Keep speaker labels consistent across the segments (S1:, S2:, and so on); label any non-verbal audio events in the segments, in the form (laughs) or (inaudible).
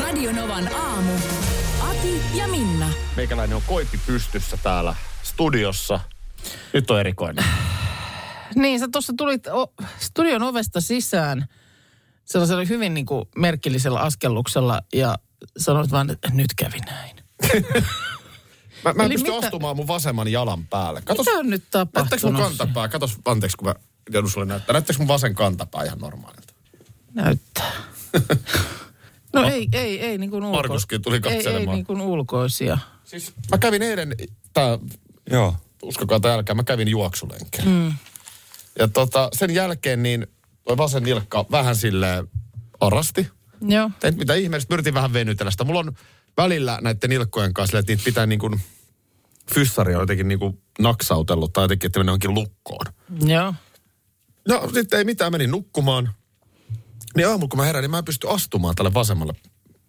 S1: Radionovan aamu. Ati ja Minna.
S2: Meikäläinen on koipi pystyssä täällä studiossa. Nyt on erikoinen.
S3: Niin, sä tuossa tulit o- studion ovesta sisään sellaisella hyvin niin kuin merkillisellä askelluksella ja sanoit vaan, että nyt kävi näin.
S2: Mä, mä en
S3: Eli
S2: pysty
S3: mitä-
S2: astumaan mun vasemman jalan päälle. Katos,
S3: Mitä on nyt
S2: näyttääks mun
S3: tapahtunut?
S2: kantapää? Katos, anteeksi kun mä joudun sulle näyttää. Näyttääks mun vasen kantapää ihan normaalilta? (laughs)
S3: Näyttää. No ei, ei, ei niin kuin ulko...
S2: Markuskin tuli
S3: Ei, ei
S2: katselemaan.
S3: niin kuin ulkoisia.
S2: Siis mä kävin eilen, tää,
S4: Joo.
S2: uskokaa tai älkää, mä kävin juoksulenkillä. Mm. Ja tota, sen jälkeen niin toi vasen nilkka vähän silleen arasti.
S3: Joo.
S2: Tein mitä ihmeellistä, mä yritin vähän venytellä sitä. Mulla on välillä näiden nilkkojen kanssa, silleen, että niitä pitää niin kuin, fyssari on jotenkin niin kuin naksautellut tai jotenkin, että menee johonkin lukkoon.
S3: Joo.
S2: No sitten ei mitään, menin nukkumaan. Niin aamulla kun mä herään, niin mä en pysty astumaan tälle vasemmalle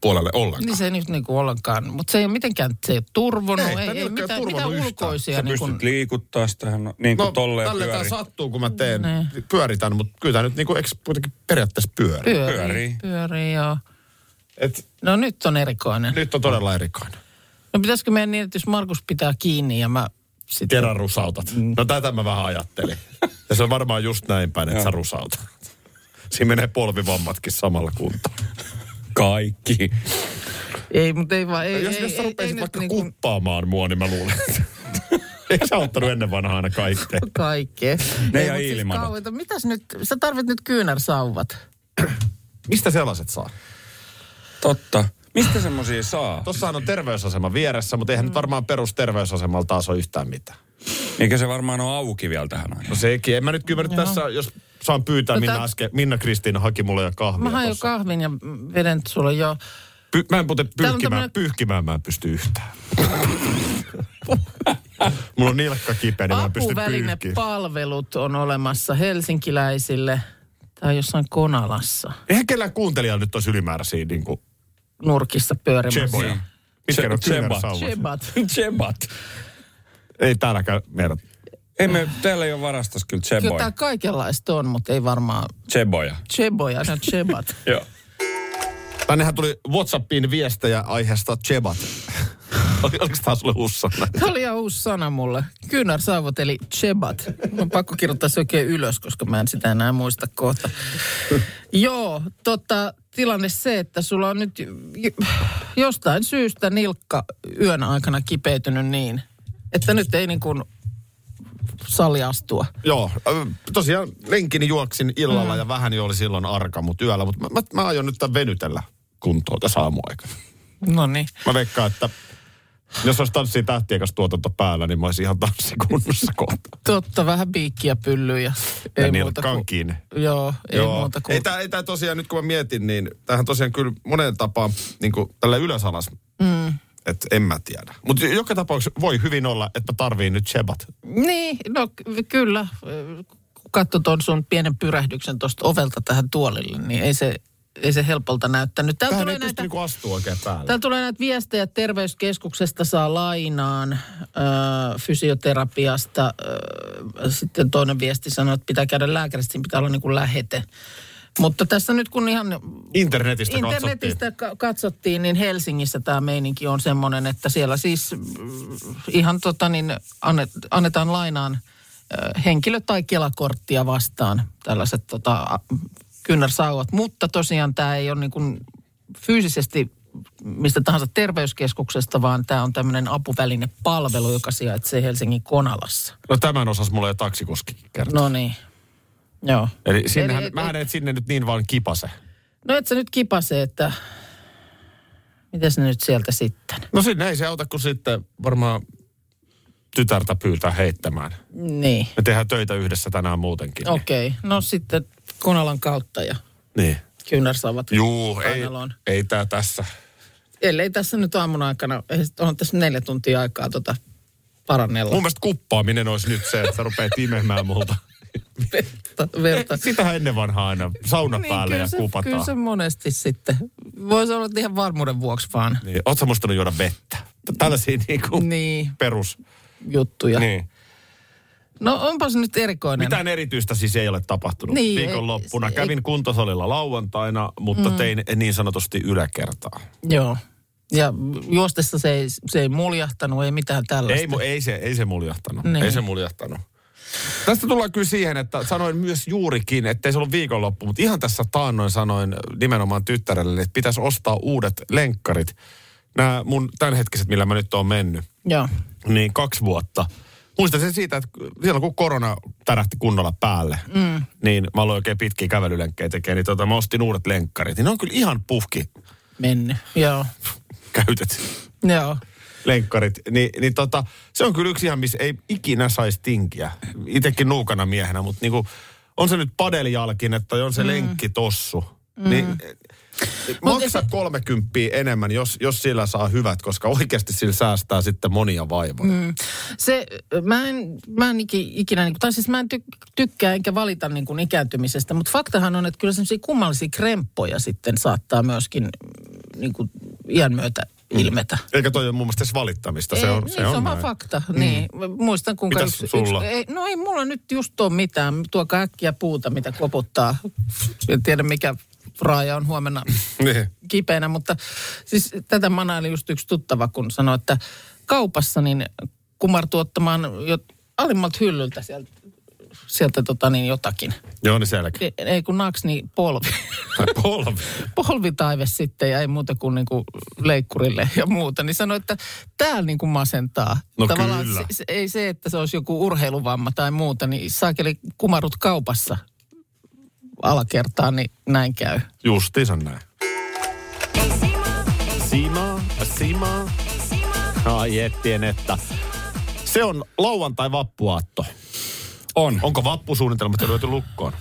S2: puolelle ollenkaan.
S3: Niin se ei nyt niin kuin ollenkaan, mutta se ei ole mitenkään, se ei ole turvonnut,
S2: Ei,
S3: ei,
S2: tää ei
S3: ei, ei
S2: olekaan
S3: mitään,
S2: turvonnut
S3: mitään
S2: yhtään.
S3: ulkoisia.
S4: Sä
S3: Niin
S4: pystyt
S3: kuin,
S4: liikuttaa sitä, no, niin kuin no, tolleen
S2: tälle
S4: pyöri.
S2: tää sattuu, kun mä teen,
S3: Niin.
S2: pyöritän, mutta kyllä tää nyt niinku, eks, kuitenkin periaatteessa pyöri.
S3: pyörii, pyörii.
S4: pyörii.
S3: pyörii, joo.
S2: Et,
S3: No nyt on erikoinen.
S2: nyt on todella erikoinen.
S3: No pitäisikö meidän niin, että jos Markus pitää kiinni ja mä sitten...
S2: Kerran rusautat. No tätä mä vähän (laughs) ajattelin. Ja se on varmaan just näin päin, että sä rusautat. Siinä menee polvivammatkin samalla kuntoon.
S4: Kaikki.
S3: Ei, mutta ei vaan, ei,
S2: Ei, No, jos,
S3: ei,
S2: jos sä
S3: ei, ei,
S2: rupeisit
S3: nyt
S2: vaikka
S3: niin kuin
S2: kuppaamaan mua, niin mä luulen, että... (laughs) Eikö sä ottanut ennen vanhaa aina kaikkea?
S3: kaikkea.
S4: Ne
S3: Ei,
S4: ja
S3: mut siis
S4: ilmanot.
S3: kauheeta. Mitäs nyt, sä tarvit nyt kyynärsauvat.
S2: Mistä sellaiset saa?
S4: Totta. Mistä semmosia saa?
S2: Tossahan on terveysasema vieressä, mutta
S3: Mm.
S2: eihän nyt varmaan perusterveysasemalla taas ole yhtään mitään.
S4: Eikä se varmaan ole auki vielä tähän aikaan.
S2: No sekin. En mä nyt kyllä mä nyt tässä, jos saan pyytää
S3: No
S2: no, Minna
S3: tää-
S2: äsken. Minna Kristiina haki mulle jo kahvia
S3: Mä haen jo
S2: tossa.
S3: kahvin ja veden sulle jo.
S2: Py- mä en muuten
S3: Täällä on
S2: pyyhkimään, tämmönen...
S3: tämmönen-
S2: pyyhkimään mä en pysty yhtään. Mulla on nilkka kipeä, niin mä en pysty pyyhkimään.
S3: Apuvälinepalvelut on olemassa helsinkiläisille tai jossain Konalassa
S2: Eihän kellään kuuntelijalla nyt olisi ylimääräisiä niin kuin
S3: nurkissa pyörimässä.
S2: cheboja. Mitkä ne on
S4: Che-
S2: kyynärä
S4: chebat.
S2: sauvat?
S3: Chebat.
S4: Chebat.
S2: Ei täälläkään meidän.
S4: Ei me, täällä ei ole varastossa kyllä
S3: Kyllä
S4: cheboja.
S3: tää kaikenlaista on, mutta ei varmaan no
S4: Cheboja.
S3: cheboja, ne on chebat.
S4: Joo.
S2: Tännehän tuli Whatsappiin viestejä aiheesta chebat. Oli- Oliko tämä sulle hussanna?
S3: Tämä oli ihan uusi sana mulle. Kyynärsaavot eli chebat. Mä on pakko kirjoittaa se oikein ylös, koska mä en sitä enää muista kohta. Joo, tota, tilanne se, että sulla on nyt j- jostain syystä nilkka yön aikana kipeytynyt niin, että nyt ei niin kuin sali astua.
S2: Joo, ö, tosiaan lenkini juoksin illalla mm. ja vähän jo oli silloin arka, mutta yöllä. Mutta mä, mä, mä aion nyt tämän venytellä kuntoon tässä aamuaikana.
S3: No niin.
S2: Mä veikkaan, että jos olisi tanssii tähtien kanssa tuotanto päällä, niin mä olisin ihan tanssikunnossa kohta.
S3: Totta, vähän piikkiä pyllyyn ja
S2: Ja
S3: ei muuta
S2: nilkkaan
S3: kuin...
S2: kiinni.
S3: Joo, ei Joo. muuta kuin...
S2: Ei tää, ei tää tosiaan, nyt kun mä mietin, niin tämähän tosiaan kyllä monen tapaa niin tällä ylös alas. Mm. Että en mä tiedä. Mutta joka tapauksessa voi hyvin olla, että mä tarviin nyt chebat.
S3: Niin, no ky- kyllä. Kun katsoi tuon sun pienen pyrähdyksen tuosta ovelta tähän tuolille, niin ei se, ei se helpolta näyttänyt. Täällä
S2: Tähän
S3: tulee,
S2: ei pysty
S3: näitä,
S2: niinku astua oikein päälle.
S3: täällä tulee näitä viestejä, että terveyskeskuksesta saa lainaan, ö, fysioterapiasta. Ö, sitten toinen viesti sanoi, että pitää käydä lääkäristä, siinä pitää olla niin kuin lähete. Mutta tässä nyt kun ihan
S2: Internetistä, katsottiin.
S3: Internetistä ka- katsottiin, niin Helsingissä tämä meininki on semmoinen, että siellä siis mm, ihan tota niin, annet, annetaan lainaan ö, henkilö- tai kelakorttia vastaan tällaiset tota, a- kynnärsauvat. Mutta tosiaan tämä ei ole niin kuin fyysisesti mistä tahansa terveyskeskuksesta, vaan tämä on tämmöinen apuvälinepalvelu, joka sijaitsee Helsingin Konalassa.
S2: No tämän osas mulle jo taksikuski kertoo.
S3: No niin, joo.
S2: Eli sinnehän,
S3: Eli-
S2: Eli, mähän et sinne nyt niin vaan kipase.
S3: No et sä nyt kipase, että mitäs ne nyt sieltä sitten?
S2: No sinne ei se auta, kun sitten varmaan tytärtä pyytää heittämään.
S3: Niin,
S2: Me tehdään töitä yhdessä tänään muutenkin.
S3: okei. Okay. No sitten Konalan kautta ja
S2: Niin.
S3: kyynärsaavat
S2: Juu, ei,
S3: kainaloon.
S2: ei tää tässä.
S3: Ellei tässä nyt aamun aikana, ei sit- on tässä neljä tuntia aikaa tota parannella (laughs)
S2: Mun mielestä kuppaaminen olisi nyt se, että sä rupeat imemään multa.
S3: verta. Tota verta. Niin,
S2: Sitähän ennen vanhaa aina sauna päälle
S3: kyllä
S2: ja
S3: se, Kyllä
S2: kupataan.
S3: se monesti sitten. Voisi olla että ihan varmuuden vuoksi vaan
S2: Niin, oot sä muistanut juoda vettä? Tällaisia niinku
S3: niin,
S2: perus.
S3: juttuja. Niin.
S2: Niin.
S3: No onpas nyt erikoinen.
S2: Mitään erityistä siis ei ole tapahtunut
S3: Niin,
S2: viikonloppuna.
S3: ei-
S2: Kävin kuntosalilla lauantaina, mutta mm. tein niin sanotusti yläkertaa.
S3: Joo. Ja juostessa se ei, se ei muljahtanut, ei mitään tällaista.
S2: Ei, mu- ei, se, ei se muljahtanut.
S3: Niin.
S2: Niin. Ei se muljahtanut. Tästä tullaan kyllä siihen, että sanoin myös juurikin, ettei se ollut viikonloppu, mutta ihan tässä taannoin sanoin nimenomaan tyttärelle, että pitäisi ostaa uudet lenkkarit. Nämä mun tämänhetkiset, millä mä nyt oon mennyt,
S3: Joo.
S2: niin kaksi vuotta. Muistan sen siitä, että silloin kun korona tärähti kunnolla päälle, mm. niin mä aloin oikein pitkiä kävelylenkkejä tekemään, niin tota, mä ostin uudet lenkkarit. Niin ne on kyllä ihan puhki
S3: Mennyt. Joo.
S2: käytet
S3: Joo.
S2: lenkkarit, niin, niin tota, se on kyllä yksi ihan, missä ei ikinä saisi tinkiä. Itekin nuukana miehenä, mutta niinku, on se nyt padelijalkin, että on se mm. lenkki tossu. Mm. Niin, maksa
S3: se-
S2: 30 enemmän, jos, jos sillä saa hyvät, koska oikeasti sillä säästää sitten monia vaivoja. Mm.
S3: Se, mä en, mä en iki- ikinä, niin kuin, tai siis mä en tyk- tykkää enkä valita niin kuin ikääntymisestä, mutta faktahan on, että kyllä semmoisia kummallisia kremppoja sitten saattaa myöskin mm, niin kuin iän myötä ilmetä.
S2: Eikä toi ole mun mielestä edes valittamista. Mm. se on,
S3: niin,
S2: se on,
S3: vaan
S2: näin. Mm.
S3: fakta. Niin. Mä Muistan, kuinka
S2: Mitäs sulla?
S3: ei, no ei mulla nyt just ole mitään. Tuokaa äkkiä puuta, mitä koputtaa. En tiedä, mikä raaja on huomenna
S2: Niin.
S3: kipeänä, mutta siis tätä manaili just yksi tuttava, kun sanoi, että kaupassa niin kumartuu ottamaan jo alimmalta hyllyltä sieltä, sieltä tota niin jotakin.
S2: Joo, niin selkeä.
S3: Ei- Ei kun naks, niin polvi. (laughs)
S2: Polvi.
S3: polvitaive sitten ja ei muuta kuin niinku leikkurille ja muuta, niin sanoi, että täällä niinku masentaa.
S2: No
S3: Tavallaan
S2: kyllä.
S3: Se, se, ei se, että se olisi joku urheiluvamma tai muuta, niin saakeli kumarut kaupassa alakertaan, niin näin käy.
S2: Justiinsa näin. Sima, Sima. Ai ettien, että. Se on lauantai vappuaatto.
S4: On.
S2: Onko vappusuunnitelmat jo lyöty lukkoon?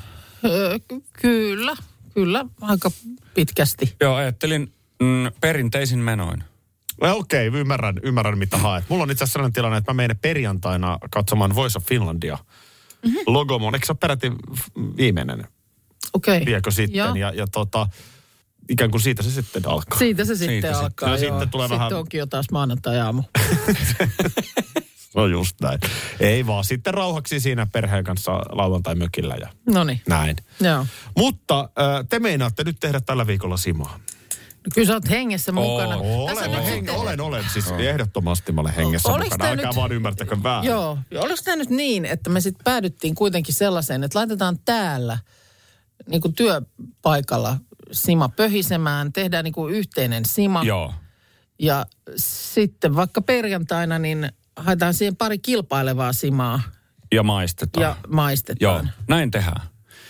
S3: Öö, ky- kyllä, kyllä, aika pitkästi.
S4: Joo, ajattelin mm, perinteisin menoin.
S2: No Okei, okay, ymmärrän, ymmärrän mitä haet. Mulla on itse asiassa sellainen tilanne, että mä menen perjantaina katsomaan Voice of Finlandia. Mm-hmm. Logomon, eikö se ole peräti viimeinen
S3: Okei.
S2: viikko sitten?
S3: Joo.
S2: Ja, ja tota, ikään kuin siitä se sitten alkaa.
S3: Siitä se sitten
S4: Siitä
S3: Siitä
S4: sitten.
S3: alkaa.
S2: No
S3: joo.
S2: sitten tulee
S3: sitten
S2: vähän-
S3: onkin jo taas maanantai-aamu. (laughs)
S2: No just näin. Ei vaan, sitten rauhaksi siinä perheen kanssa lauantai mökillä ja
S3: No niin,
S2: näin.
S3: joo.
S2: Mutta äh, te meinaatte nyt tehdä tällä viikolla Simaa.
S3: No kyllä sä oot hengessä mukana. Tässä
S2: Olen,
S3: nyt
S2: olen,
S3: sitten-
S2: olen, olen, siis ehdottomasti mä olen hengessä
S3: Oliks
S2: mukana.
S3: tää
S2: Älkää
S3: nyt-
S2: vaan ymmärtäkö väärin.
S3: Joo. Ja Oliko tämä nyt niin, että me sitten päädyttiin kuitenkin sellaiseen, että laitetaan täällä niin kuin työpaikalla sima pöhisemään, tehdään niin kuin yhteinen sima.
S4: Joo.
S3: Ja sitten vaikka perjantaina, niin haetaan siihen pari kilpailevaa simaa
S4: Ja maistetaan.
S2: Ah.
S3: ja
S4: Joo,
S3: maistetaan.
S4: näin tehdään.
S2: Eli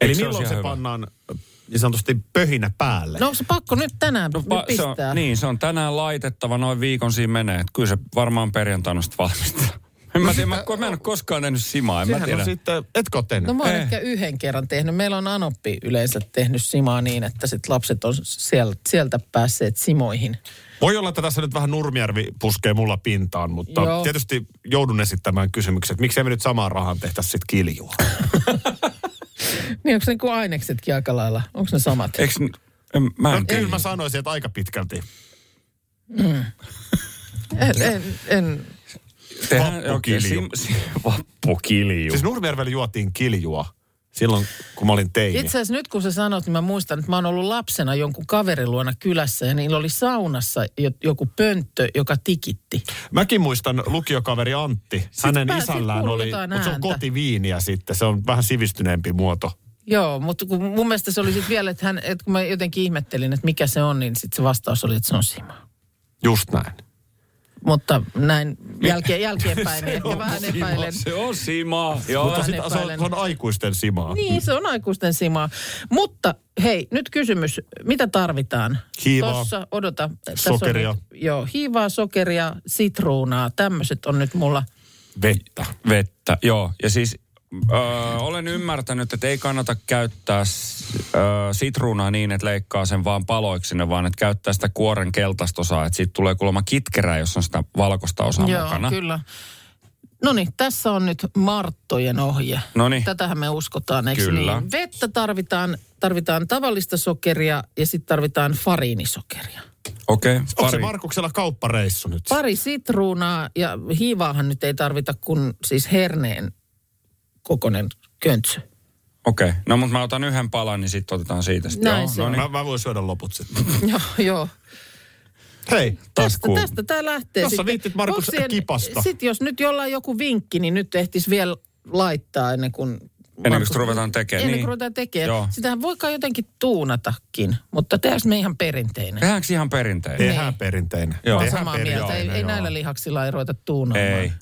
S4: Eikö se
S2: milloin
S4: olisi
S2: se,
S4: ihan hyvä?
S2: pannaan äh, niin sanotusti pöhinä päälle?
S3: No onko se pakko nyt tänään no,
S4: pa-
S3: nyt
S4: se on,
S3: pistää?
S4: niin, se on tänään laitettava, noin viikon siinä menee. Et kyllä se varmaan perjantaina sitten valmistaa. (laughs) En mä tiedä, mä, mä en ole koskaan nähnyt simaa, en mä
S2: Sehän
S4: tiedä.
S2: on sitten, etkö ole tehnyt?
S3: No mä oon
S4: Eh.
S3: ehkä yhden kerran tehnyt. Meillä on Anoppi yleensä tehnyt simaa niin, että sit lapset on sieltä, sieltä päässeet simoihin.
S2: Voi olla, että tässä nyt vähän Nurmijärvi puskee mulla pintaan, mutta
S3: Joo.
S2: Joo. tietysti joudun esittämään kysymykset. Miksi me nyt samaan rahan tehtäisi sitten kiljua?
S3: Niin onko ne kuin aineksetkin aika lailla? Onko ne samat?
S4: Eiks, en, mä en
S2: No,
S4: tiedä.
S2: kyllä mä sanoisin, että aika pitkälti.
S3: En, en, en.
S4: Niin. Tehdään- okei, (laughs)
S2: Vappukilju.
S4: sim- sim- Vappukilju.
S2: Siis Nurmijärvellä juotiin kiljua silloin, kun mä olin teini.
S3: Itse asiassa nyt kun sä sanot, niin mä muistan, että mä oon ollut lapsena jonkun kaverin luona kylässä ja niillä oli saunassa jo- joku pönttö, joka tikitti.
S2: Mäkin muistan lukiokaveri Antti. Hänen
S3: pääsi
S2: isällään
S3: kuuluu
S2: oli,
S3: jotain
S2: mutta se on
S3: ääntä.
S2: kotiviiniä sitten. Se on vähän sivistyneempi muoto.
S3: Joo, mutta kun mun mielestä se oli sitten vielä, että, hän, että kun mä jotenkin ihmettelin, että mikä se on, niin sitten se vastaus oli, että se on Sima.
S2: Just näin.
S3: Mutta näin jälkeen, jälkeenpäin ehkä vähän epäilen.
S4: Se on sima. Joo.
S2: Mutta sit, se, on,
S3: epäilen.
S2: se on aikuisten simaa.
S3: Niin, se on aikuisten simaa. Mutta hei, nyt kysymys. Mitä tarvitaan?
S2: Hiivaa.
S3: Tossa, odota. Tässä
S2: Sokeria.
S3: On nyt, joo, hiivaa, sokeria, sitruunaa. Tämmöiset on nyt mulla.
S4: Vettä. Vettä, joo. Ja siis Öö, olen ymmärtänyt, että ei kannata käyttää s- öö, sitruunaa niin, että leikkaa sen vaan paloiksi sinne, vaan että käyttää sitä kuoren keltaista osaa. Että siitä tulee kuulemma kitkerää, jos on sitä valkoista osaa
S3: Joo,
S4: mukana.
S3: kyllä. No niin, tässä on nyt Marttojen ohje.
S4: Noniin.
S3: Tätähän me uskotaan, eikö
S4: Kyllä.
S3: niin? Vettä tarvitaan, tarvitaan tavallista sokeria ja sitten tarvitaan fariinisokeria.
S4: Okei,
S2: Onko se
S4: pari.
S2: Markuksella kauppareissu nyt?
S3: Pari sitruunaa ja hiivaahan nyt ei tarvita kuin siis herneen kokonen köntsö.
S4: Okei, no mutta mä otan yhden palan, niin sitten otetaan siitä. Sit.
S3: Näin
S4: Joo,
S3: se
S4: no
S3: on.
S4: niin,
S2: Mä, mä voin syödä loput sitten.
S3: (laughs) joo, joo.
S2: Hei,
S3: Tästä,
S4: taskuun.
S3: tästä tämä lähtee.
S2: Jos sä
S3: sitten.
S2: viittit, Markus,
S3: Onks siihen-
S2: kipasta.
S3: Sit jos nyt jollain joku vinkki, niin nyt ehtis vielä laittaa ennen kuin...
S4: Ennen kuin
S3: Markus-
S4: sitä ruvetaan tekemään.
S3: Ennen
S4: niin.
S3: kuin ruvetaan tekemään.
S4: Joo.
S3: Sitähän voikaan jotenkin tuunatakin, mutta tehdäänkö me ihan perinteinen?
S4: Tehdäänkö ihan perinteinen?
S2: tehdään perinteinen.
S4: Joo.
S3: Olen
S4: tehdään
S3: Niin. samaa mieltä. Ei, ei näillä lihaksilla ei ruveta tuunaamaan.
S4: Ei.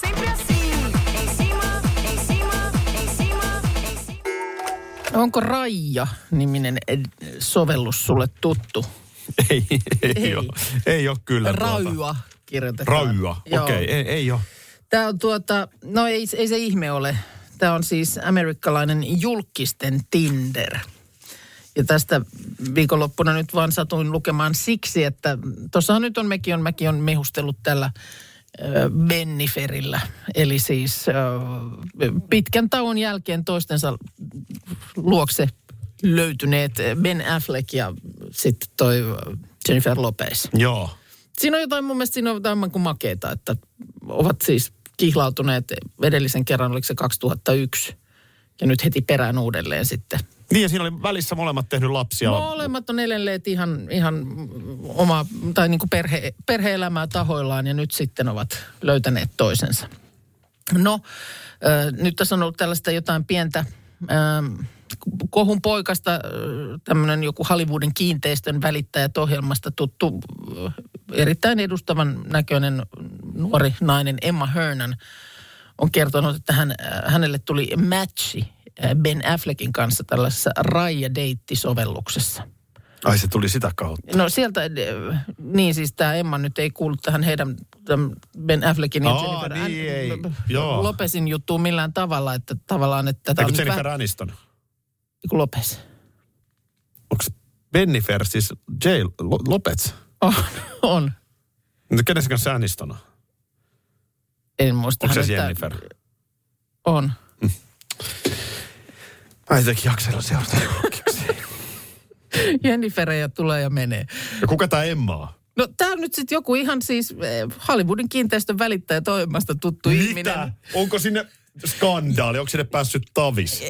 S1: Siempre así, encima, encima, encima, encima.
S3: Onko Raija-niminen ed- sovellus sulle tuttu?
S2: (laughs) Ei, ei,
S3: Ei.
S2: ei, ole. ei ole kyllä. Tuota.
S3: Raua kirjoitetaan.
S2: Raua, okei,
S3: Joo.
S2: okay. ei, ei ole.
S3: Tämä on tuota, no ei, ei se ihme ole. Tämä on siis amerikkalainen julkisten Tinder. Ja tästä viikonloppuna nyt vaan satuin lukemaan siksi, että tuossa nyt on mekin on, mäkin on mehustellut tällä ö, Benniferillä. Eli siis ö, pitkän tauon jälkeen toistensa luokse löytyneet Ben Affleck ja sitten toi ö, Jennifer Lopez
S2: Joo.
S3: siinä on jotain, mun mielestä siinä on jotain kuin makeita, että ovat siis kihlautuneet edellisen kerran, oliko se 2001, ja nyt heti perään uudelleen sitten.
S2: Niin ja siinä oli välissä molemmat tehnyt lapsia.
S3: Molemmat on elelleet ihan, ihan oma, tai niin kuin perhe, perhe-elämää tahoillaan, ja nyt sitten ovat löytäneet toisensa. No, ö, nyt tässä on ollut tällaista jotain pientä ö, kohun poikasta, tämmöinen joku Hollywoodin kiinteistön välittäjät ohjelmasta tuttu, ö, erittäin edustavan näköinen nuori nainen Emma Hernan on kertonut, että hän, ö, hänelle tuli matchi ö, Ben Affleckin kanssa tällaisessa Raija-deitti-sovelluksessa.
S2: Ai se tuli sitä kautta.
S3: No sieltä, ö, niin siis tämä Emma nyt ei kuulu tähän heidän tämän Ben Affleckin ja
S2: Aa, niin ei. Joo.
S3: Lopesin juttuun millään tavalla, että tavallaan, että tätä
S2: Eikö
S3: on nyt
S2: Jennifer
S3: vähän
S2: Aniston?
S3: niin kuin Lopes.
S2: Onko Bennifer siis J. Lo- Lopez?
S3: On, (laughs) on.
S2: No kenen se kanssa Aniston on?
S3: En muista.
S2: Onko se
S3: hänestä-
S2: Jennifer?
S3: On. (laughs)
S2: Mä jotenkin jaksella seurata julkiksi.
S3: Jenniferejä tulee ja menee.
S2: (laughs) Ja kuka tämä Emma on?
S3: No tää on nyt sitten joku ihan siis eh, Hollywoodin kiinteistön välittäjä toimimasta tuttu ihminen.
S2: Onko sinne skandaali? Onko sinne päässyt tavis?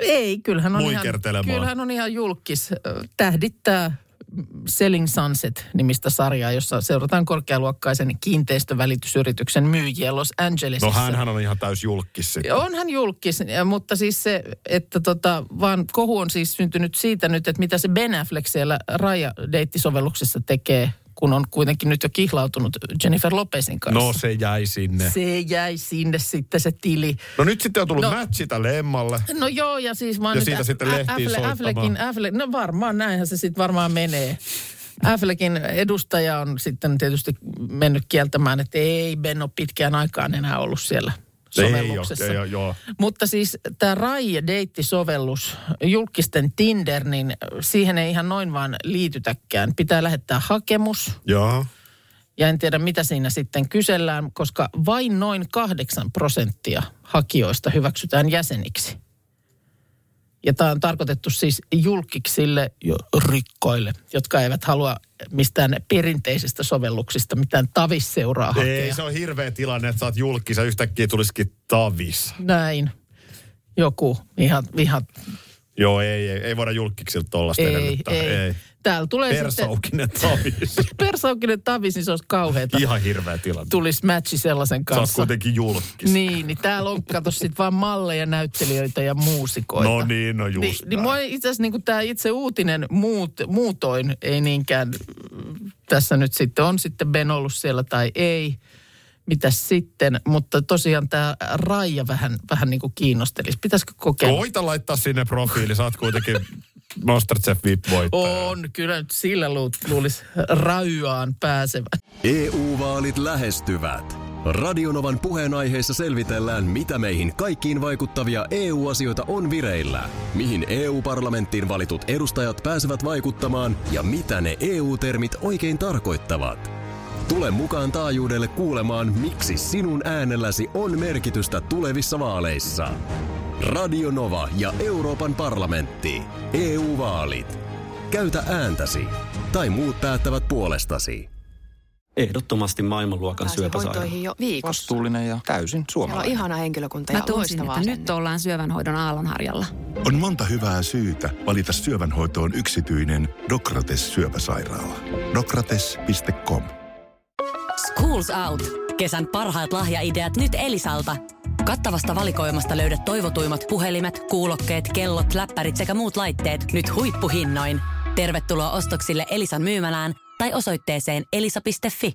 S3: Ei, kyllähän on, ihan,
S2: Luikertelemaan.
S3: kyllähän on ihan julkis. Ö, Tähdittää mm, Selling Sunset-nimistä sarjaa, jossa seurataan korkealuokkaisen kiinteistövälitysyrityksen myyjiä Los Angelesissa.
S2: No hänhän on ihan täys julkis sitten.
S3: Onhan julkis, ja- mutta siis se, että tota, vaan kohu on siis syntynyt siitä nyt, että mitä se Ben Affleck siellä rajadeittisovelluksessa tekee, kun on kuitenkin nyt jo kihlautunut Jennifer Lopezin kanssa.
S2: No se jäi sinne.
S3: se jäi sinne sitten se tili.
S2: No nyt sitten on tullut
S3: No.
S2: no. matchi tälle Emmalle.
S3: No joo, ja siis vaan
S2: Ja siitä sitten lehtiin soittamaan.
S3: Affleckin, Affleck, no varmaan näinhän se sitten varmaan menee. Affleckin edustaja on sitten tietysti mennyt kieltämään, että ei Ben ole pitkään aikaan enää ollut siellä sovelluksessa.
S2: Ei, oo, ei, oo, joo.
S3: Mutta siis tämä Rai-deittisovellus, julkisten Tinder, niin siihen ei ihan noin vaan liitytäkään. Pitää lähettää hakemus
S2: Joo.
S3: ja en tiedä mitä siinä sitten kysellään, koska vain noin kahdeksan prosenttia hakijoista hyväksytään jäseniksi. Ja tämä on tarkoitettu siis julkiksille ja rikkoille, jotka eivät halua mistään perinteisistä sovelluksista mitään tavisseuraa hakea.
S2: Ei, se on hirveä tilanne, että sä oot julkis ja yhtäkkiä tulisikin tavis.
S3: Näin. Joku ihan, ihan
S2: Joo, ei, ei, ei voida julkiksilta tollasta
S3: Ei,
S2: edellyttää.
S3: ei. ei. Täällä tulee sitten...
S2: Persaukinen tavis.
S3: Persaukinen tavis, niin se olisi kauheeta.
S2: Ihan hirveä tilanne.
S3: Tulisi matchi sellaisen
S2: Sä oot
S3: kanssa.
S2: kuitenkin julkis.
S3: Niin, niin täällä on, kato sit vaan malleja, näyttelijöitä ja muusikoita.
S2: No niin, no
S3: Niin,
S2: just
S3: niin
S2: näin.
S3: mua ei itse asiassa niin tämä itse uutinen muut, muutoin ei niinkään mm, tässä nyt sitten, on sitten Ben ollut siellä tai ei, mitäs sitten, mutta tosiaan tämä Raija vähän, vähän niin kuin kiinnostelisi. Pitäisikö kokeilla?
S2: Koita laittaa sinne profiili, sä oot kuitenkin Masterchef VIP-voittaja.
S3: On, kyllä nyt sillä lu- luulisi Raijaan pääsevän.
S5: EU-vaalit E lähestyvät. Radionovan puheenaiheessa selvitellään, mitä meihin kaikkiin vaikuttavia EU-asioita on vireillä, mihin EU-parlamenttiin valitut edustajat pääsevät vaikuttamaan ja mitä ne EU-termit oikein tarkoittavat. Tule mukaan taajuudelle kuulemaan, miksi sinun äänelläsi on merkitystä tulevissa vaaleissa. Radio Nova ja Euroopan parlamentti. EU-vaalit. Käytä ääntäsi. Tai muut päättävät puolestasi.
S6: Ehdottomasti maailmanluokan syöpäsairaala.
S7: hoitoihin jo viikossa.
S8: Vastuullinen ja täysin
S7: Siellä on
S8: suomalainen.
S7: ihana henkilökunta
S9: Mä
S7: ja
S9: tunsin,
S7: loistavaa
S9: että nyt
S7: asennetta.
S9: ollaan syövänhoidon aallonharjalla.
S10: On monta hyvää syytä valita syövänhoitoon yksityinen Dokrates syöpäsairaala. Dokrates.com
S11: Schools Out. Kesän parhaat lahjaideat nyt Elisalta. Kattavasta valikoimasta löydät toivotuimmat puhelimet, kuulokkeet, kellot, läppärit sekä muut laitteet nyt huippuhinnoin. Tervetuloa ostoksille Elisan myymälään tai osoitteeseen elisa.fi.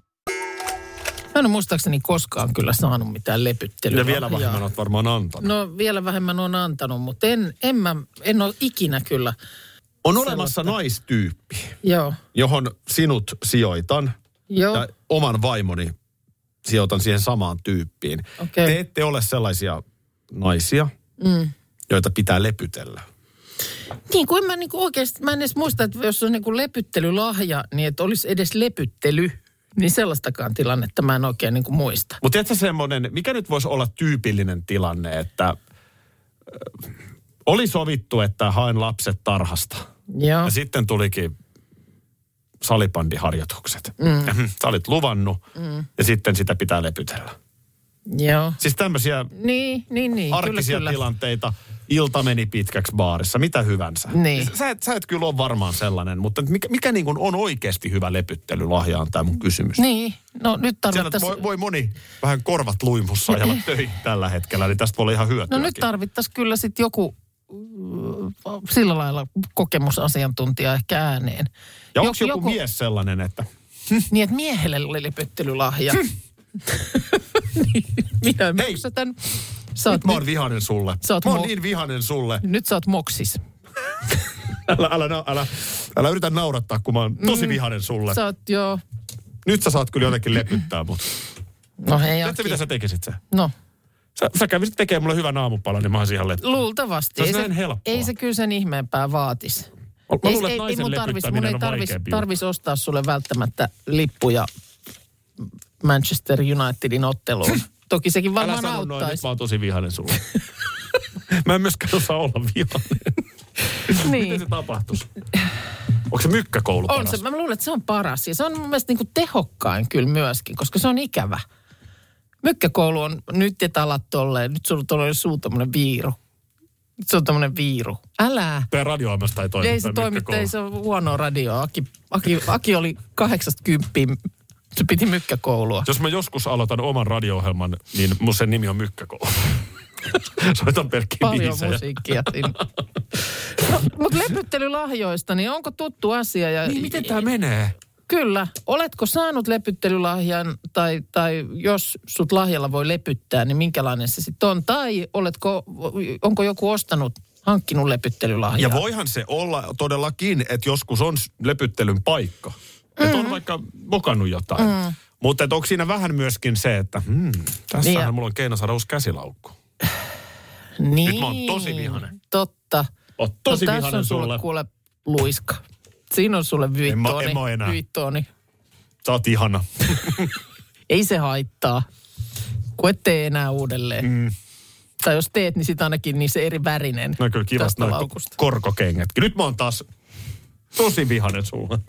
S3: Mä en ole muistaakseni koskaan kyllä saanut mitään lepyttelyä.
S2: Ja vielä vähemmän olet varmaan antanut.
S3: No vielä vähemmän on antanut, mutta en, en, mä, en ole ikinä kyllä.
S2: On olemassa naistyyppi,
S3: Joo,
S2: johon sinut sijoitan
S3: joo,
S2: ja oman vaimoni sijoitan siihen samaan tyyppiin.
S3: Okei.
S2: Te ette ole sellaisia naisia,
S3: mm.
S2: joita pitää lepytellä.
S3: Niin kuin en mä niinku oikeasti, mä en edes muista, että jos on niinku lepyttelylahja, niin että olisi edes lepyttely. Niin sellaistakaan tilannetta mä en oikein niinku muista.
S2: Mutta tiedätkö semmoinen, mikä nyt voisi olla tyypillinen tilanne, että äh, oli sovittu, että haen lapset tarhasta.
S3: Joo,
S2: Ja sitten tulikin salibandiharjoitukset. Mm. Sä olit luvannut mm. ja sitten sitä pitää lepytellä.
S3: joo.
S2: Siis tämmöisiä
S3: Niin, niin, niin.
S2: arkisia
S3: kyllä, kyllä.
S2: tilanteita. Ilta meni pitkäksi baarissa, mitä hyvänsä.
S3: Niin.
S2: Sä, et, sä et kyllä ole varmaan sellainen, mutta mikä, mikä niin kuin on oikeasti hyvä lepyttelylahja on tämä mun kysymys.
S3: Niin, no nyt
S2: Siellä
S3: tarvittaisiin...
S2: voi, voi moni vähän korvat luimussa
S3: (laughs)
S2: ajalla töihin tällä hetkellä, niin tästä voi olla ihan hyötyäkin.
S3: No nyt tarvittaisiin kyllä sitten joku mm, sillä lailla kokemusasiantuntija ehkä ääneen.
S2: ja onko joku, joku mies sellainen, että
S3: Niin, että miehelle oli lepyttelylahja. Niin, (laughs) Minä
S2: Hmm. Hei.
S3: moksatan. Sä oot,
S2: mä
S3: nyt,
S2: oon vihanen sulle.
S3: Sä oot
S2: mä oon
S3: mo-
S2: niin vihanen sulle. (laughs)
S3: nyt sä oot moksis.
S2: Älä, älä, älä, älä, älä yritä naurattaa, kun mä oon tosi vihanen sulle.
S3: Mm. Sä oot joo.
S2: Nyt sä saat kyllä jotenkin lepyttää mut.
S3: No hei
S2: Tiedätkö,
S3: Aki.
S2: mitä sä tekisit sä?
S3: No,
S2: Sä, sä kävisit tekemään mulle hyvän aamupalan, niin mä oisin ihan lepyttää.
S3: luultavasti.
S2: Se olisi
S3: Ei
S2: näin helppoa.
S3: ei se kyllä sen ihmeempää vaatis.
S2: Mä
S3: Ei-
S2: luulen, että
S3: ei, ei
S2: naisen
S3: mun tarvis, mun ei
S2: lepyttäminen on
S3: tarvis,
S2: vaikeampi. juttu.
S3: tarvis ostaa sulle välttämättä lippuja Manchester Unitedin otteluun. Toki sekin
S2: Älä
S3: varmaan
S2: sano noin, nyt
S3: auttaisi.
S2: mä oon tosi vihanen sulle. (laughs) mä en myöskään osaa olla vihanen.
S3: Niin.
S2: Miten se tapahtuisi? Onko se mykkäkoulu
S3: On
S2: paras?
S3: se, mä luulen, että se on paras. Ja se on mun mielestä niin kuin tehokkain kyllä myöskin, koska se on ikävä. Mykkäkoulu on, nyt et ala tolleen, nyt sulla on tolleen suu tommonen viiru. Nyt se on tommonen viiru. Älä.
S2: Tämä radioamasta ei toimi.
S3: ei se
S2: tää
S3: toimi,
S2: mykkäkoulu.
S3: ei se ole huonoa radioa. Aki, Aki, Aki oli 80, se piti mykkäkoulua.
S2: Jos mä joskus aloitan oman radio-ohjelman, niin mun sen nimi on Mykkäkoulu. (laughs) Soitan pelkkiä
S3: Paljon
S2: biisejä.
S3: musiikkia siinä. Mutta lepyttelylahjoista, niin onko tuttu asia? Ja
S2: Niin, miten tämä menee?
S3: Kyllä. Oletko saanut lepyttelylahjan tai, tai jos sut lahjalla voi lepyttää, niin minkälainen se sitten on? Tai oletko, onko joku ostanut, hankkinut lepyttelylahjaa?
S2: Ja voihan se olla todellakin, että joskus on s- lepyttelyn paikka. Mm. Että on vaikka mokannut jotain. Mm. Mutta onko siinä vähän myöskin se, että hmm, tässähän
S3: Niin ja-
S2: mulla on keino saada uusi käsilaukku.
S3: Niin.
S2: mä oon tosi vihainen.
S3: Totta.
S2: Oot tosi
S3: no, tässä
S2: vihainen
S3: on sulle.
S2: sulle.
S3: kuule luiska. Siinä on sulle
S2: En mä- en
S3: vyittooni.
S2: mä oo enää.
S3: vyittooni.
S2: Sä oot ihana.
S3: Ei se haittaa. Kun et tee enää uudelleen. Mm. Tai jos teet, niin sitten ainakin niin se eri värinen
S2: No kyllä kivat
S3: tästä
S2: noi
S3: laukusta.
S2: ko- korkokengätkin. Nyt mä oon taas tosi vihanen sulle.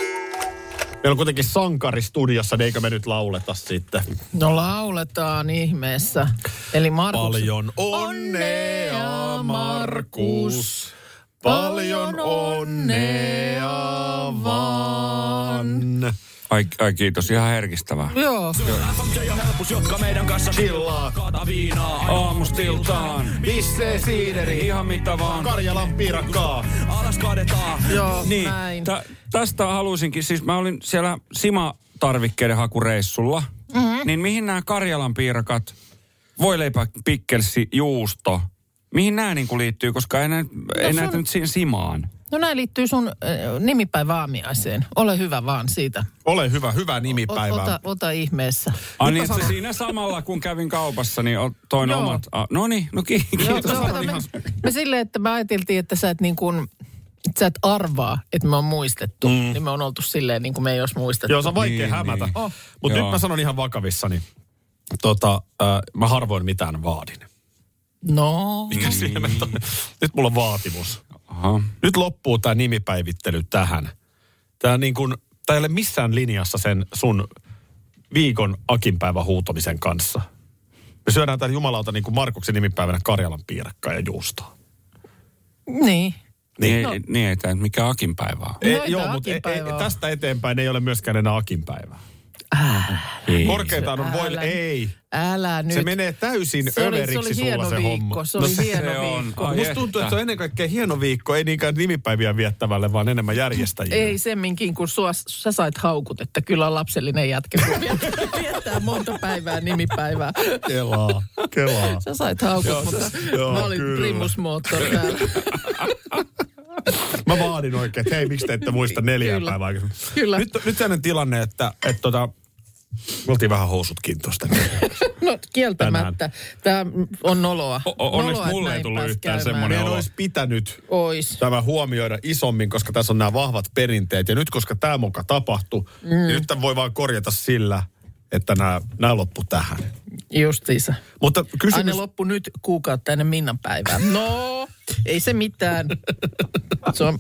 S2: Meillä on kuitenkin sankari studiossa, niin eikö me nyt lauleta sitten?
S3: No lauletaan ihmeessä. Eli Markus
S2: Paljon
S3: Onnea,
S2: onnea,
S3: Markus.
S2: Markus. Paljon onnea vaan.
S4: Ai, ai kiitos, ihan herkistävää.
S3: Joo,
S4: Jotka meidän kanssa
S2: Chillaa,
S4: aamustiltaan.
S2: bissee siideri,
S4: Ihan mitä vaan.
S2: Karjalan piirakkaa.
S4: Alas kaadetaan.
S3: joo,
S4: Niin,
S3: näin.
S4: tä, tästä halusinkin, siis mä olin siellä Sima-tarvikkeiden hakureissulla, mm-hmm. niin mihin nämä Karjalan piirakat, voileipä, pikkelsi, juusto, mihin nämä niinku liittyy, koska ei, nä, ei näitä nyt siihen Simaan.
S3: No näin liittyy sun äh, nimipäiväaamiaiseen. Ole hyvä vaan siitä.
S2: Ole hyvä, hyvä
S3: O-
S2: nimipäivä.
S3: ota, ota ihmeessä.
S4: Ai niin, että siinä samalla kun kävin kaupassa, niin o- toin
S3: Joo.
S4: omat. Ah, no niin, no ki-
S3: Joo,
S4: kiitos.
S3: joo,
S4: Joo,
S3: kato, me, me silleen, että me ajateltiin, että sä et niin kuin, että sä et arvaa, että me on muistettu. Mm. Niin me on oltu silleen, niin kuin me ei olisi muistettu.
S2: Joo, se on vaikea
S4: Niin,
S2: niin, hämätä.
S4: niin.
S2: Niin.
S4: Oh.
S2: Mutta
S4: Joo.
S2: nyt mä sanon ihan vakavissani. Tota, äh, mä harvoin mitään vaadin.
S3: No.
S2: Mikä
S4: Niin.
S2: siinä on? Nyt mulla on vaatimus.
S4: Aha. Niin
S2: Nyt loppuu tämä nimipäivittely tähän. Tämä niin kun, tää ei ole missään linjassa sen sun viikon akinpäivän huutomisen kanssa. Me syödään täällä jumalauta niin kuin Markuksen nimipäivänä Karjalan piirakkaa ja juustoa.
S3: Niin.
S4: Niin, no. niin ei tämä, mikä akinpäivä on.
S2: Ei,
S3: No ei
S2: joo,
S3: tää
S2: mutta ei, ei,
S3: akinpäivä ole.
S2: tästä eteenpäin ei ole myöskään enää akinpäivää.
S4: Ei.
S2: Korkeintaan on voi...
S3: Älä nyt.
S2: Ei.
S3: Älä nyt.
S2: Se menee täysin
S3: se oli, se
S2: överiksi
S3: oli
S2: sulla
S3: hieno
S2: se
S3: viikko.
S2: homma.
S3: Se oli
S2: No se-
S3: hieno
S4: se on.
S3: viikko.
S4: Ai
S2: Ai Musta tuntuu,
S4: että.
S2: että se on ennen kaikkea hieno viikko, ei niinkään nimipäiviä viettävälle, vaan enemmän järjestäjille.
S3: Ei semminkin, kun sua, sä sait haukut, että kyllä on lapsellinen jätkä, kun (laughs) viettää, viettää monta päivää nimipäivää.
S2: Kelaa, kelaa.
S3: Sä sait haukut, joo, mutta
S2: joo,
S3: mä olin
S2: kyllä.
S3: primusmoottori täällä. (laughs)
S2: Mä vaadin oikein, että hei, miksi te ette muista neljää
S3: Kyllä.
S2: päivää aikaisemmin.
S3: Kyllä.
S2: Nyt, nyt sellainen tilanne, että, että tota, me oltiin vähän housut kintosta.
S3: No kieltämättä. Tämä on noloa.
S4: O- o- onneksi
S3: noloa, että
S4: mulle ei
S3: näin
S4: tullut
S3: pääsi
S4: yhtään
S3: käymään.
S4: semmoinen
S2: Meidän
S4: olo.
S2: olisi pitänyt
S3: Ois.
S2: tämä huomioida isommin, koska tässä on nämä vahvat perinteet. Ja nyt, koska tämä moka tapahtui, mm. niin nyt tämän voi vaan korjata sillä, että nämä, nämä loppu tähän.
S3: Justiinsa.
S2: Mutta
S3: Aina
S2: kysymys...
S3: loppu nyt kuukautta ennen Minnan päivää. No, ei se mitään. Se on,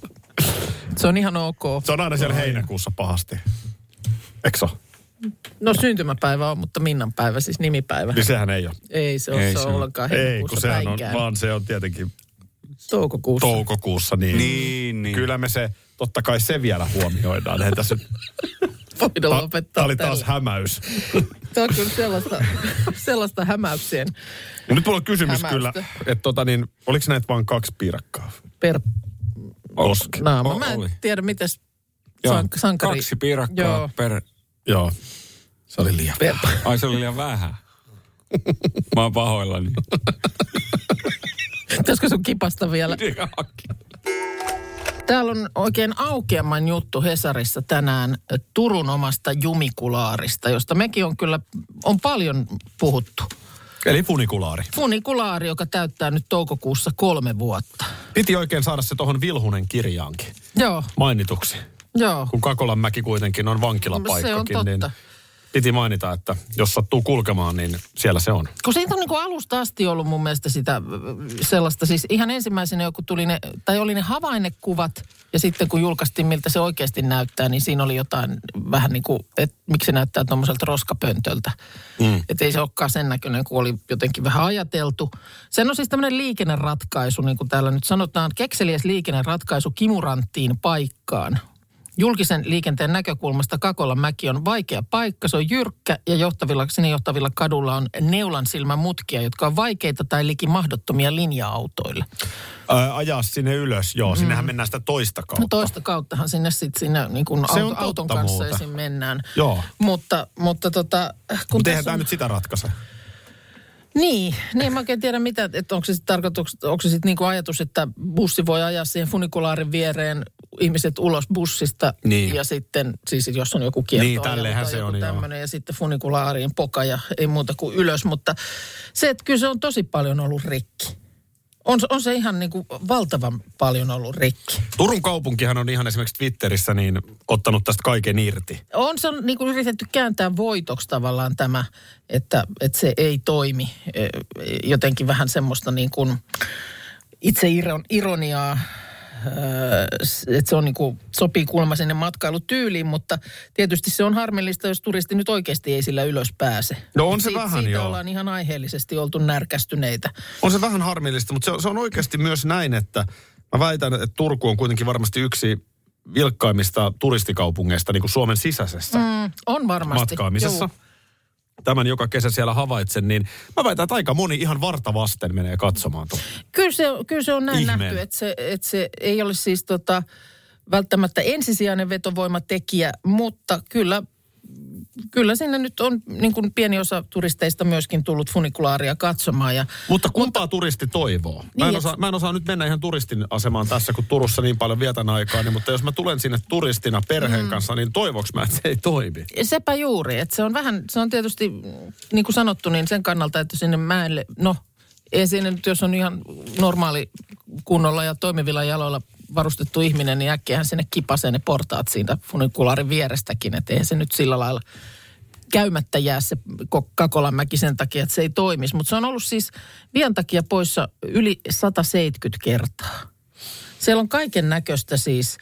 S3: se on ihan ok.
S2: Se on aina siellä heinäkuussa pahasti. Eikö se ole?
S3: No syntymäpäivä on, mutta Minnan päivä, siis nimipäivä.
S2: Niin sehän ei ole.
S3: Ei se ole
S4: Ei
S3: se
S4: se
S3: on
S4: ole.
S3: ollenkaan
S2: Ei, kun
S3: heinäkuussa
S2: sehän on,
S3: päinkään.
S2: vaan se on tietenkin
S3: Toukokuussa.
S2: toukokuussa. Niin,
S4: Niin, niin.
S2: Kyllä me se, totta kai se vielä huomioidaan. Eihän tässä nyt-
S3: Voidaan
S2: Ta-
S3: (laughs) lopettaa
S2: Tää oli taas
S3: tällä.
S2: hämäys.
S3: Tämä on kyllä sellaista, sellaista hämäyksien
S2: Ja nyt mulla on kysymys
S3: Hämäystä.
S2: kyllä, että tota niin, oliko näitä vain kaksi piirakkaa?
S3: per
S2: Oski.
S3: naama.
S4: O-
S3: Mä
S4: oli.
S3: en tiedä, miten
S4: Joo,
S3: san- sankari...
S4: Kaksi piirakkaa
S3: Joo.
S4: per...
S2: Joo. Se oli liian.
S3: Per,
S4: Ai se oli liian vähän. Mä oon (laughs) pahoillani.
S3: pitäisikö sun kipasta vielä? Täällä on oikein aukeamman juttu Hesarissa tänään Turun omasta jumikulaarista, josta mekin on kyllä, on paljon puhuttu.
S2: Eli funikulaari.
S3: Funikulaari, joka täyttää nyt toukokuussa kolme vuotta.
S2: Piti oikein saada se tuohon Vilhunen kirjaankin
S3: Joo,
S2: mainituksi.
S3: joo.
S2: Kun Kakolanmäki kuitenkin on
S3: No, Se on
S2: vankilapaikkakin,
S3: totta.
S2: niin piti mainita, että jos sattuu kulkemaan, niin siellä se on.
S3: Kun siitä on niin kuin alusta asti ollut mun mielestä sitä mm, sellaista, siis ihan ensimmäisenä joku tuli ne, tai oli ne havainnekuvat, ja sitten kun julkaistiin, miltä se oikeasti näyttää, niin siinä oli jotain vähän niin kuin, että miksi se näyttää tuommoiselta roskapöntöltä. Mm. Että ei se olekaan sen näköinen, kun oli jotenkin vähän ajateltu. Sen on siis tämmöinen liikenneratkaisu, niin kuin täällä nyt sanotaan, kekseliäs liikenneratkaisu kimuranttiin paikkaan. Julkisen liikenteen näkökulmasta Kakolan mäki on vaikea paikka. Se on jyrkkä ja johtavilla, sinne johtavilla kadulla on neulan silmän mutkia, jotka on vaikeita tai liki mahdottomia linja-autoille. No
S2: Ää, ajaa sinne ylös, joo. Sinnehän mennään sitä toista kautta.
S3: Mm. No toista kauttahan sinne sitten sinne niin kun
S2: Se on
S3: auto,
S2: totta
S3: auton kanssa
S2: muuta.
S3: ensin mennään.
S2: Joo.
S3: Mutta, mutta tota, kun
S2: Mutta eihän
S3: tässä
S2: tämä
S3: on,
S2: nyt sitä ratkaise.
S3: Niin, niin mä oikein tiedä mitä, että onko se sitten tarkoitus, onko se sitten niinku ajatus, että bussi voi ajaa siihen funikulaarin viereen ihmiset ulos bussista.
S2: Niin.
S3: Ja sitten, siis jos on joku kierto.
S2: Niin, tälleenhän se on, joo.
S3: tämmöinen, ja sitten funikulaariin poka ja ei muuta kuin ylös. Mutta se, että kyllä se on tosi paljon ollut rikki. On, se- on se ihan niinku valtavan paljon ollut rikki.
S2: Turun kaupunkihan on ihan esimerkiksi Twitterissä niin ottanut tästä kaiken irti.
S3: On se niin kuin yritetty kääntää voitoksi tavallaan tämä, että, että se ei toimi. Ö, Jotenkin vähän semmoista niin kuin itse iron- ironiaa, ö, s- että se on niin kuin, sopii kuulemma sinne matkailutyyliin, mutta tietysti se on harmillista, jos turisti nyt oikeasti ei sillä ylös pääse.
S2: No on se
S3: Siit-
S2: vähän,
S3: Siitä
S2: joo.
S3: ollaan ihan aiheellisesti oltu närkästyneitä.
S2: On se vähän harmillista, mutta se on, se on oikeasti myös näin, että mä väitän, että Turku on kuitenkin varmasti yksi vilkkaimmista turistikaupungeista niin kuin Suomen sisäisessä mm,
S3: Mm, on varmasti.
S2: matkaamisessa.
S3: Juu.
S2: Tämän joka kesä siellä havaitsen, niin mä väitän, että aika moni ihan varta vasten menee katsomaan. tuon.
S3: Kyllä se, kyllä se on näin
S2: Ihmeen.
S3: nähty, että se, että se ei ole siis tota, välttämättä ensisijainen vetovoimatekijä, mutta kyllä kyllä sinne nyt on niin kuin pieni osa turisteista myöskin tullut funikularia katsomaan. Ja
S2: Mutta kumpaa turisti toivoo? mä, en
S3: Niin, et-
S2: osaa, mä en osaa nyt mennä ihan turistin asemaan tässä, kun Turussa niin paljon vietän aikaa, niin, mutta jos mä tulen sinne turistina
S3: Mm.
S2: perheen kanssa, niin toivoks mä, että se ei toimi?
S3: Niin. sepä juuri, että se on vähän, se on tietysti niin kuin sanottu, niin sen kannalta, että sinne mäelle, no ei siinä nyt, jos on ihan normaali kunnolla ja toimivilla jaloilla varustettu ihminen, niin äkkiähän sinne kipasee ne portaat siitä funikulaarin vierestäkin, että eihän se nyt sillä lailla käymättä jää se Ko- Kakolanmäki sen takia, että se ei toimisi. Mutta se on ollut siis vien takia poissa yli 170 kertaa. Siellä on kaiken näköistä siis.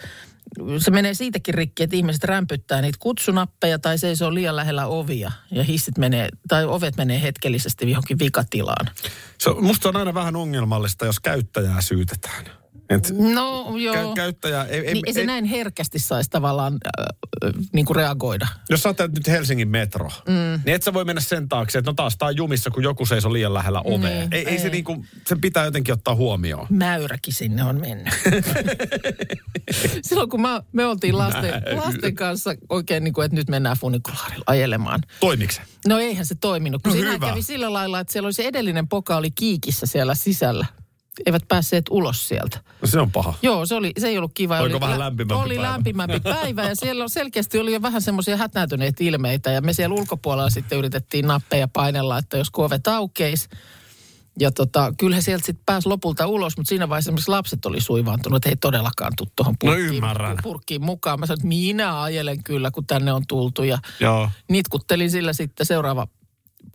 S3: Se menee siitäkin rikki, että ihmiset rämpyttää niitä kutsunappeja tai seisoo liian lähellä ovia ja hissit menee, tai ovet menee hetkellisesti johonkin vikatilaan.
S2: Se, on- musta on aina vähän ongelmallista, jos käyttäjää syytetään. Et
S3: No
S2: kä-
S3: joo.
S2: käyttäjää, ei, ei,
S3: Niin ei se
S2: ei,
S3: näin herkästi saisi tavallaan äh, äh, niin kuin reagoida.
S2: jos sä ajattelet nyt Helsingin metro, mm. niin et sä voi mennä sen taakse, että no taas tää on jumissa, kun joku seisoo liian lähellä ovea. Niin,
S3: Niin,
S2: ei, ei, ei, se
S3: ei.
S2: niinku, sen pitää jotenkin ottaa huomioon.
S3: Mäyräkin sinne on mennyt. Silloin kun mä, me oltiin lasten, lasten kanssa oikein niin kuin, että nyt mennään funikulaarilla ajelemaan.
S2: Toimiks se?
S3: No eihän se toiminut, kun
S2: No
S3: no, siinä
S2: hyvä.
S3: kävi sillä lailla, että siellä oli se edellinen poka oli kiikissä siellä sisällä. Eivät päässeet ulos sieltä.
S2: No, se on paha.
S3: Joo, se, oli, se ei ollut kiva.
S2: Oliko
S3: oli,
S2: vähän
S3: lä-
S2: lämpimämpi
S3: Oli
S2: päivä? (laughs)
S3: lämpimämpi päivä ja siellä selkeästi oli jo vähän semmoisia hätnäytyneitä ilmeitä. Ja me siellä ulkopuolella sitten yritettiin nappeja painella, että jos kovet aukeis. Ja tota, kyllähän sieltä sitten pääsi lopulta ulos, mutta siinä vaiheessa esimerkiksi lapset oli suivaantunut, että ei todellakaan tuu tuohon
S2: No
S3: purkkiin,
S2: ymmärrän.
S3: purkkiin mukaan. Mä sanoin, että minä ajelen kyllä, kun tänne on tultu. Ja
S2: Joo.
S3: nitkuttelin sillä sitten seuraava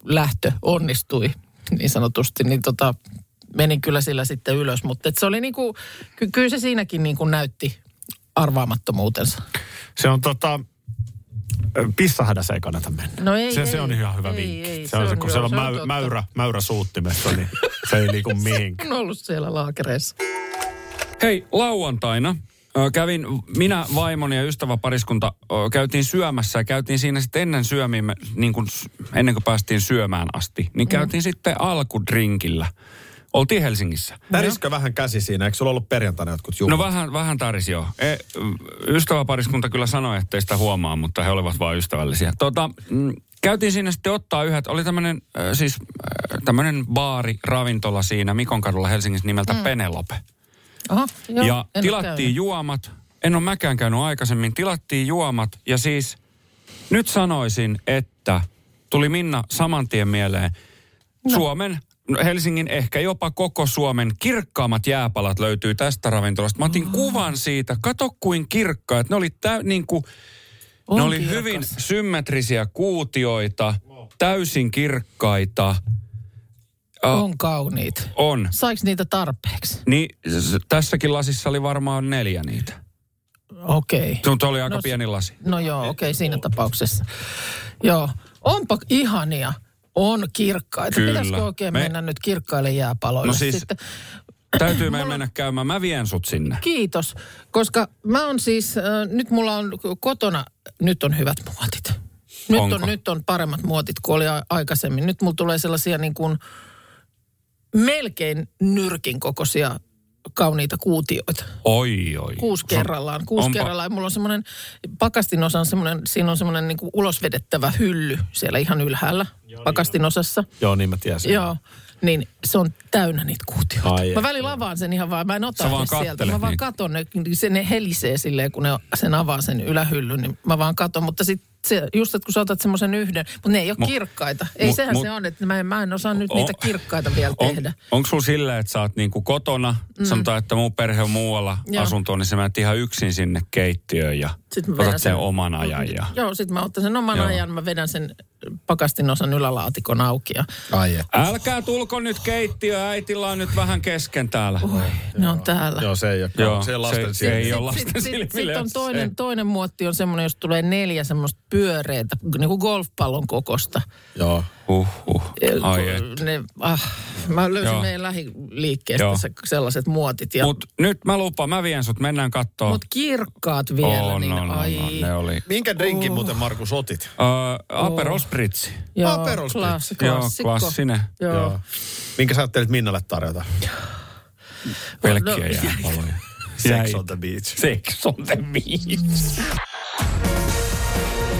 S3: lähtö onnistui niin sanotusti, niin tota, menin kyllä sillä sitten ylös. Mutta et se oli niinku, ky- kyllä se siinäkin niinku näytti arvaamattomuutensa.
S2: Se on tota, pissahädässä ei kannata mennä.
S3: No ei,
S2: se, se
S3: ei.
S2: on ihan hyvä
S3: Ei,
S2: vinkki.
S3: ei,
S2: se, on se, kun
S3: joo,
S2: siellä on,
S3: se on
S2: mäy,
S3: totta.
S2: mäyrä, mäyrä suuttimessa, niin se ei
S3: (laughs)
S2: liiku mihinkään.
S3: On ollut siellä laakereissa.
S4: Hei, lauantaina ö, kävin, minä, vaimoni ja ystäväpariskunta ö, käytiin syömässä ja käytiin siinä sitten ennen syömiä, niin kuin, s- ennen kuin päästiin syömään asti, niin käytiin sitten alkudrinkillä. Oltiin Helsingissä.
S2: Täriskö vähän käsi siinä? Eikö sulla ollut perjantaina jotkut juhlat?
S4: No vähän, vähän tärisi joo. E, ystäväpariskunta kyllä sanoi, ettei sitä huomaa, mutta he olivat vain ystävällisiä. Tota, mm, käytiin siinä sitten ottaa yhdet. Oli tämmöinen siis äh, tämmönen baari, ravintola siinä Mikon kadulla Helsingissä nimeltä mm. Penelope.
S3: Aha, joo, en
S4: ja
S3: ole
S4: tilattiin
S3: käynyt.
S4: juomat. En ole mäkään käynyt aikaisemmin. Tilattiin juomat ja siis nyt sanoisin, että tuli Minna saman tien mieleen Suomen, no Helsingin, ehkä jopa koko Suomen kirkkaammat jääpalat löytyy tästä ravintolasta. Mä otin kuvan siitä. Kato kuin kirkkaat. Ne oli täy, niin kuin, ne
S3: On
S4: oli
S3: kirkas.
S4: hyvin symmetrisiä kuutioita, täysin kirkkaita.
S3: On kauniit.
S4: On.
S3: Saiko niitä tarpeeksi?
S4: Niin s- tässäkin lasissa oli varmaan neljä niitä.
S3: Okei.
S4: Se mutta oli aika
S3: No s-
S4: pieni lasi.
S3: No joo, okei, siinä tapauksessa. Joo, onpa ihania. On kirkkaita.
S4: Kyllä.
S3: Pitäisikö oikein
S4: Me-
S3: Me... mennä nyt kirkkaille jääpaloille
S4: No siis-
S3: sitten?
S4: Täytyy meidän mennä käymään. Mä vien sut sinne.
S3: Kiitos, koska mä oon siis, äh, nyt mulla on kotona, nyt on hyvät muotit. Nyt
S4: Onko?
S3: on, nyt on paremmat muotit kuin oli a- aikaisemmin. Nyt mulla tulee sellaisia niin kuin melkein nyrkin kokoisia kauniita kuutioita.
S4: Oi, oi.
S3: Kuusi kerrallaan, kuusi
S4: Onpa.
S3: kerrallaan. Ja mulla on semmoinen, pakastin osan semmoinen, siinä on semmoinen niin kuin ulosvedettävä hylly siellä ihan ylhäällä pakastin osassa.
S2: Joo, niin mä tiesin.
S3: Joo, niin se on täynnä niitä kuutioita.
S2: Ai
S3: mä
S2: että.
S3: välillä avaan sen ihan vaan, mä en ota
S4: Sä vaan
S3: edes sieltä.
S4: kattelet
S3: Mä vaan
S4: niitä.
S3: katon, ne, niin se ne helisee silleen, kun ne sen avaa sen ylähyllyn, niin mä vaan katon. Mutta sitten se, just, että kun sä otat semmoisen yhden, mutta ne ei ole
S4: Mu-
S3: kirkkaita. Ei
S4: mu-
S3: sehän
S4: mu-
S3: se on, että mä en, mä en osaa nyt niitä
S4: On-
S3: kirkkaita vielä
S4: On,
S3: tehdä.
S4: onko sulla silleen, että sä oot niinku kotona, mm. sanotaan, että mun perhe on muualla
S3: Joo.
S4: asuntoon, niin sä menet ihan yksin sinne keittiöön ja
S3: Sitten mä vedän
S4: otat sen oman ajan. Ja...
S3: Joo, sitten mä otan sen oman
S4: Joo.
S3: ajan, mä vedän sen pakastin osan ylälaatikon auki. Ja,
S2: Ai et.
S4: Älkää tulko nyt keittiö, äitillä on nyt vähän kesken täällä.
S3: oi, ne on täällä.
S2: Joo, se ei ole.
S4: Joo,
S2: se ei
S4: se-
S2: lasten
S4: se ei
S2: silmissä.
S4: ole. lasten
S3: Sitten sit,
S4: silmille,
S3: sit on
S4: jos
S3: toinen,
S4: se-
S3: toinen muotti on semmoinen, jos tulee neljä semmoista pyöreitä, niin kuin golfpallon kokosta.
S2: Joo.
S4: Uhuh. Ai et.
S3: ne, ah, mä löysin
S4: Joo.
S3: Joo. meidän lähiliikkeestä
S4: Joo.
S3: Joo. Se, sellaiset muotit. Ja, Mut,
S4: Mut nyt mä lupaan, mä vien sut, mennään Oh, kattoo.
S3: mut kirkkaat vielä,
S4: on,
S3: niin
S4: on, on,
S3: ai.
S4: on, no, ne oli.
S2: Minkä
S3: Uh.
S2: drinkin muuten Markus otit?
S4: Uh, Aperol Spritz.
S3: Joo,
S2: Aperol Spritz.
S3: klass,
S4: Joo,
S3: Oh. klassikko.
S4: klassinen.
S3: Joo. Joo.
S2: Minkä sä ajattelit Minnalle tarjota?
S4: Pelkkiä
S3: No, (laughs)
S4: jääpaloja.
S2: Sex on the beach.
S4: Sex on the beach.